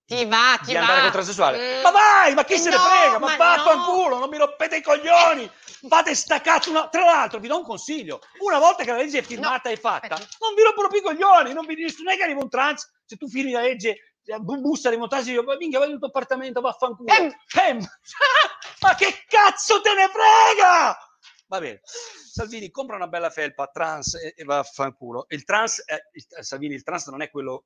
Di-
Ti va, ti
di
va.
andare col transessuale.
Mm.
Ma vai, ma chi
Eh
se ne
no,
frega? Ma
ma Eh.
vaffanculo, non mi rompete i coglioni. Fate sta cazzo una- Tra l'altro, vi do un consiglio. Una volta che la legge è firmata
No,
e fatta,
aspetta.
non vi rompono più i coglioni, non vi non è che arriva un trans. Se tu firmi la legge eh, bu- bussa di montaggio e dico, ma minchia, vai nel tuo appartamento, vaffanculo.
Ehm.
Ehm. <laughs> ma che cazzo te ne frega? Va bene, Salvini compra una bella felpa trans e, e vaffanculo. Il trans, eh, il- eh, Salvini, il trans non è quello...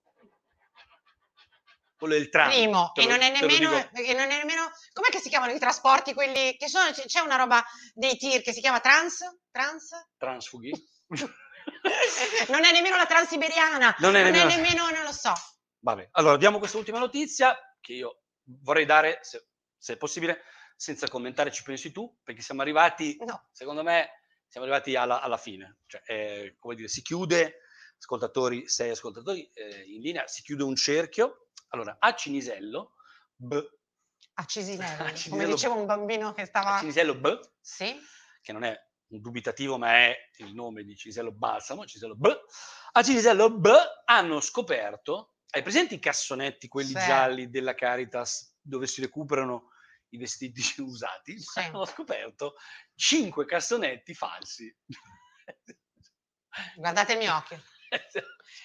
Quello è il trans.
Primo,
te
e
lo-
non, è
te lo
nemmeno,
dico.
e non è nemmeno. Com'è che si chiamano i trasporti? Quelli che sono. c- C'è una roba dei tir che si chiama trans? Trans?
Transfughi?
<laughs> non è nemmeno la transiberiana.
Non è
Non è
nemmeno-
nemmeno, non lo so.
Vabbè, allora abbiamo questa ultima notizia che io vorrei dare, se, se è possibile, senza commentare, ci pensi tu, perché siamo arrivati,
No.
secondo me, siamo arrivati alla, alla fine. Cioè, eh, come dire, si chiude, ascoltatori, sei ascoltatori eh, in linea, si chiude un cerchio. Allora, a Cinisello, B,
A Cisinello.
<laughs> A
come
Cisinello-
diceva un bambino che
a
stava.
Cinisello, B,
Sì.
che non è un dubitativo, ma è il nome di Cinisello Balsamo, Cinisello B, a Cinisello B hanno scoperto, hai presenti i cassonetti, quelli
Sì.
gialli della Caritas, dove si recuperano i vestiti <laughs> usati?
Sì.
Hanno scoperto cinque cassonetti falsi.
Guardate il mio occhio.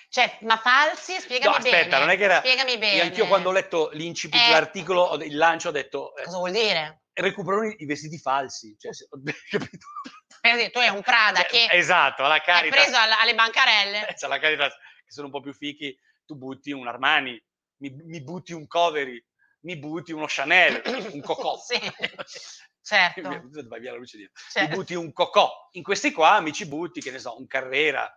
Cioè, ma falsi? Spiegami
No, aspetta,
bene.
non è che era-
Spiegami bene.
E anch'io quando ho letto l'incipit,
Eh.
l'articolo, ho de- il lancio, ho detto, eh,
Cosa vuol dire?
recuperano i vestiti falsi. Cioè, se- <laughs> capito?
Per dire, tu hai un Prada
Cioè,
che
esatto, la
hai
Caritas. Eh,
preso alla- alle bancarelle.
<laughs> c'è la Caritas che sono un po' più fichi, tu butti un Armani, mi, mi butti un Covery, mi butti uno Chanel, un Cocò.
<laughs>
<laughs>
Sì, certo.
Via- Vai via la luce dietro.
Cioè,
Mi butti un Cocò. In questi qua mi ci butti, che ne so, un Carrera,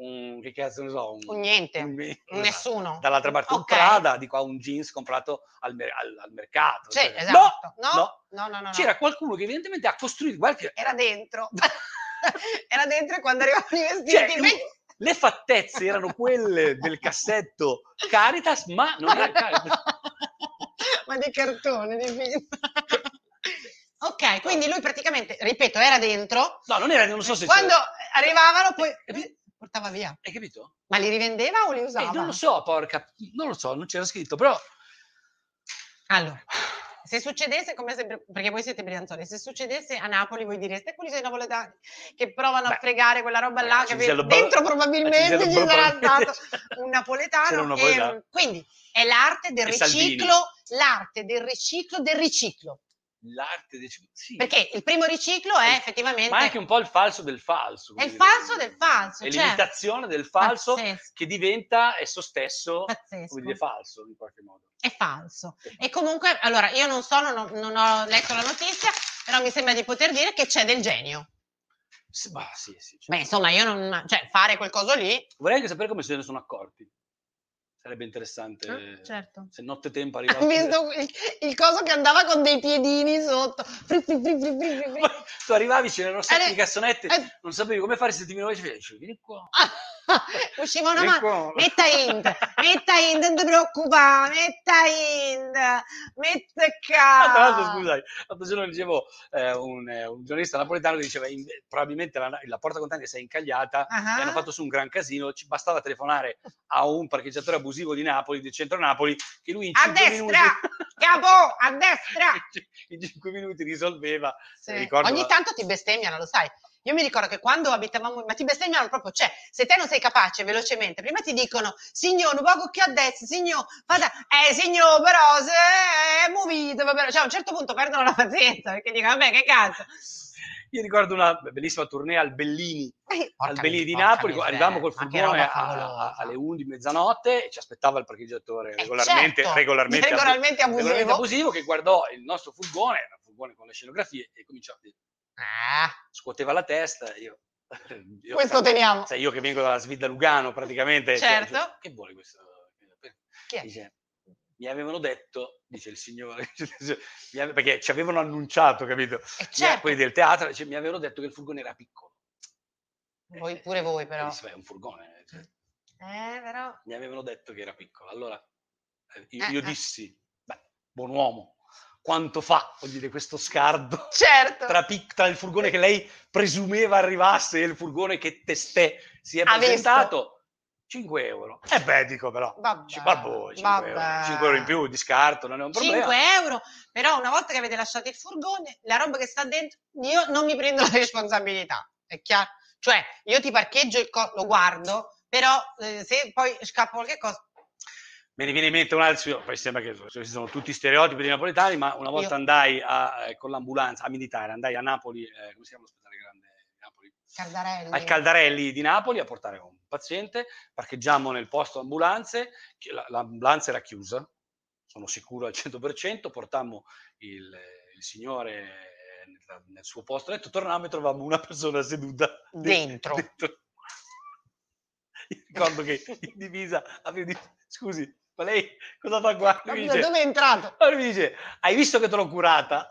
un... che cazzo ne so, un...
un niente.
un- <laughs> esatto.
Nessuno.
Dall'altra parte un
Ok.
Prada, di qua un jeans comprato al, mer- al- al mercato.
Sì,
Cioè,
esatto.
No,
No,
no.
no, no, no, no.
C'era qualcuno che evidentemente ha costruito qualche...
Era
<laughs>
dentro. <laughs> Era dentro e quando arrivavano i
Cioè,
vestiti.
io- le fattezze erano quelle del cassetto Caritas, ma non
<laughs>
era Caritas.
Ma di cartone, di film.
<laughs>
ok, quindi lui praticamente, ripeto, era dentro.
No, non era, non so se
Quando
c'era-
arrivavano poi
Eh, eh,
portava via.
Hai capito?
Ma li rivendeva o li
Eh,
usava?
non lo so, porca, non lo so, non c'era scritto, però
Allora,
Ah.
se succedesse, come sempre, perché voi siete brianzoli, se succedesse a Napoli voi direste quelli sono i napoletani che provano
Beh, eh,
a fregare quella roba là,
ci
che
sia lo-
dentro
ci sia
probabilmente
lo-
ci
<laughs>
sarà
probabilmente-
stato un napoletano.
C'era un
e-
napoletano.
quindi è l'arte del
E Salvini.
riciclo, l'arte del riciclo del riciclo,
l'arte dei cinque- sì.
perché il primo riciclo è effettivamente
ma è anche un po' il falso del falso.
è il
come dire.
falso del falso,
È
cioè,
l'imitazione del falso
pazzesco,
che diventa esso stesso,
pazzesco.
come dire, falso in qualche modo.
è falso. E comunque, allora, io non so, non ho, non ho letto la notizia, però mi sembra di poter dire che c'è del genio.
Sì, ma sì, sì, certo.
Beh, insomma, io non. cioè, fare quel coso lì.
Vorrei anche sapere come se ne sono accorti. Sarebbe interessante.
certo.
Se
<laughs>
nottetempo
Ho
arriva...
visto il, il coso che andava con dei piedini sotto. Fri, fri, fri, fri, fri, fri, fri.
<laughs> tu arrivavi, c'erano un sacco
Eh,
di cassonetti, <laughs>
eh. <laughs>
non sapevi come fare se ti mirava e dicevi, vieni qua.
Usciva una
vieni
mano.
qua. Ah,
Metta
<laughs>
ind, metta ind, non ti preoccupare, metta ind, metta
Ah, tra l'altro,
ca.
scusami, l'altro giorno leggevo eh, un, eh, un giornalista napoletano che diceva in- probabilmente la, la porta contante si è incagliata
Ah.
e hanno fatto su un gran casino, ci bastava telefonare a un parcheggiatore abusivo di Napoli, del centro Napoli, che lui in
A
5
destra,
minuti...
capo, a destra.
<laughs> in 5 minuti risolveva
Sì.
ricordo-
Ogni tanto ti bestemmiano, lo sai. Io mi ricordo che quando abitavamo, ma ti bestemmiano proprio, cioè, se te non sei capace velocemente, prima ti dicono, signor, un poco che a destra, signor, vada, eh, signor, però, se è movito, vabbè, cioè, a un certo punto perdono la pazienza, perché dicono, vabbè, che cazzo.
io ricordo una bellissima tournée al Bellini
Eh,
al
porca
Bellini di
porca
Napoli,
miseria, cioè,
arrivavamo col
ma che
furgone
roba
a- a-
favolosa.
alle 11 mezzanotte e ci aspettava il parcheggiatore
Eh,
regolarmente,
certo,
regolarmente, abu-
regolarmente abusivo.
regolarmente abusivo, che guardò il nostro furgone, un furgone con le scenografie e cominciò a dire-
Ah,
scuoteva la testa e io, <laughs> io
Eh, questo
sai,
teniamo.
sai, io che vengo dalla Svidda Lugano praticamente cioè,
Certo.
dice, che vuole questo
Chi è?
dice mi avevano detto dice il signore <laughs> mi ave- perché ci avevano annunciato capito
Eh,
Mi a-
certo,
quelli del teatro dice, mi avevano detto che il furgone era piccolo
voi, pure voi
E
però.
disse, "Beh, è un furgone cioè,
Eh, però,
mi avevano detto che era piccolo. Allora eh, io,
Eh,
io
eh.
dissi, beh, buon uomo, quanto fa, vuol dire, questo scardo
certo,
tra, pic- tra il furgone che lei presumeva arrivasse e il furgone che testè si è
Ha visto.
presentato? 5 euro. E beh, dico però,
vabbè,
ci- vabbè, 5 boh, euro,
vabbè.
5 euro in più di scarto, non è un problema.
5 euro, però una volta che avete lasciato il furgone, la roba che sta dentro, io non mi prendo la responsabilità, è chiaro? Cioè, io ti parcheggio, il co- lo guardo, però eh, se poi scappa qualche cosa,
Me ne viene in mente un altro, poi sembra che ci sono tutti stereotipi dei napoletani, ma una volta
Io-
andai a, eh, con l'ambulanza a militare, andai a Napoli, eh, come si chiama l'ospedale grande di Napoli?
Cardarelli.
al Caldarelli di Napoli a portare un paziente, parcheggiamo nel posto ambulanze, chi- la- l'ambulanza era chiusa, sono sicuro al 100%, portammo il, il signore eh, nel, nel suo posto, letto, tornavamo e trovavamo una persona seduta de-
Dentro.
<laughs> Io Ricordo che in divisa avevo detto, scusi, ma lei cosa fa qua?
Ma
Lui mi
da
dice,
dove è entrato?
lui mi dice, hai visto che te
<laughs>
l'ho curata?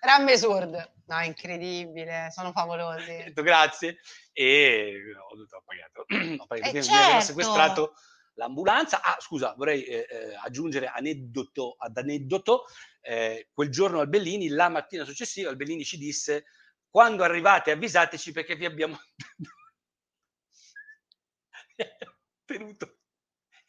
Ramme Surd. No, è incredibile, sono
Ho
favolosi.
detto grazie e eh, ho detto ho <clears throat> pagato. ho pagato.
Eh,
quindi Mi aveva
certo.
sequestrato l'ambulanza. Ah, scusa, vorrei eh, eh, aggiungere aneddoto ad aneddoto. Eh, quel giorno al Bellini, la mattina successiva, al Bellini ci disse quando arrivate avvisateci perché vi abbiamo <laughs> tenuto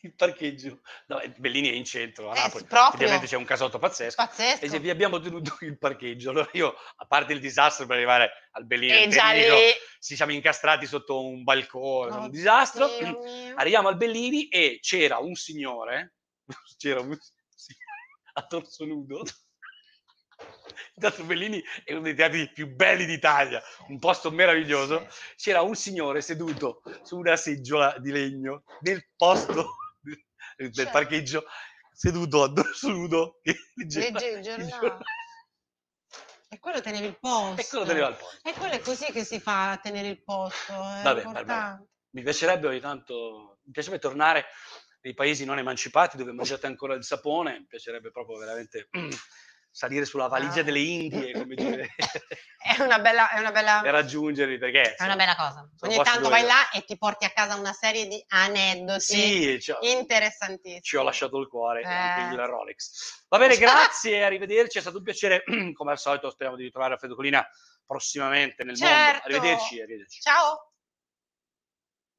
il parcheggio. No, eh, Bellini è in centro, a
Eh,
Napoli.
proprio.
Effettivamente c'è un casotto pazzesco.
Pazzesco.
E se vi abbiamo tenuto <laughs> il parcheggio, allora io, a parte il disastro per arrivare al Bellino,
E
in
Eh, già
Tennino,
lì.
ci siamo incastrati sotto un balcone,
Oddio
un disastro.
mio.
<clears throat> Arriviamo al Bellini e c'era un signore, <laughs> c'era un signore a torso nudo. <laughs> Il Teatro Bellini è uno dei teatri più belli d'Italia, un posto meraviglioso. C'era un signore seduto su una seggiola di legno nel posto del del
Certo.
parcheggio, seduto a dorso nudo che leggeva
Leggi il giornale. Ah, E quello tenevi il posto.
E quello teneva al posto.
E quello è così che si fa a tenere il posto. È
Vabbè,
importante.
mi piacerebbe ogni tanto mi piacerebbe tornare nei paesi non emancipati dove mangiate ancora il sapone mi piacerebbe proprio veramente <clears throat> salire sulla valigia
Ah.
delle Indie come dire,
<laughs>
<laughs>
È una bella, è una bella,
e raggiungerli perché
è una bella cosa.
sono
Ogni
posti
tanto
dove-
vai là e ti porti a casa una serie di aneddoti
sì ci ho,
interessantissimi.
ci ho lasciato il cuore
Eh. Esatto.
quindi la Rolex va
<laughs>
bene grazie arrivederci è stato un piacere <clears throat> come al solito speriamo di ritrovare Alfredo Colina prossimamente nel
Certo.
mondo arrivederci, arrivederci.
Ciao.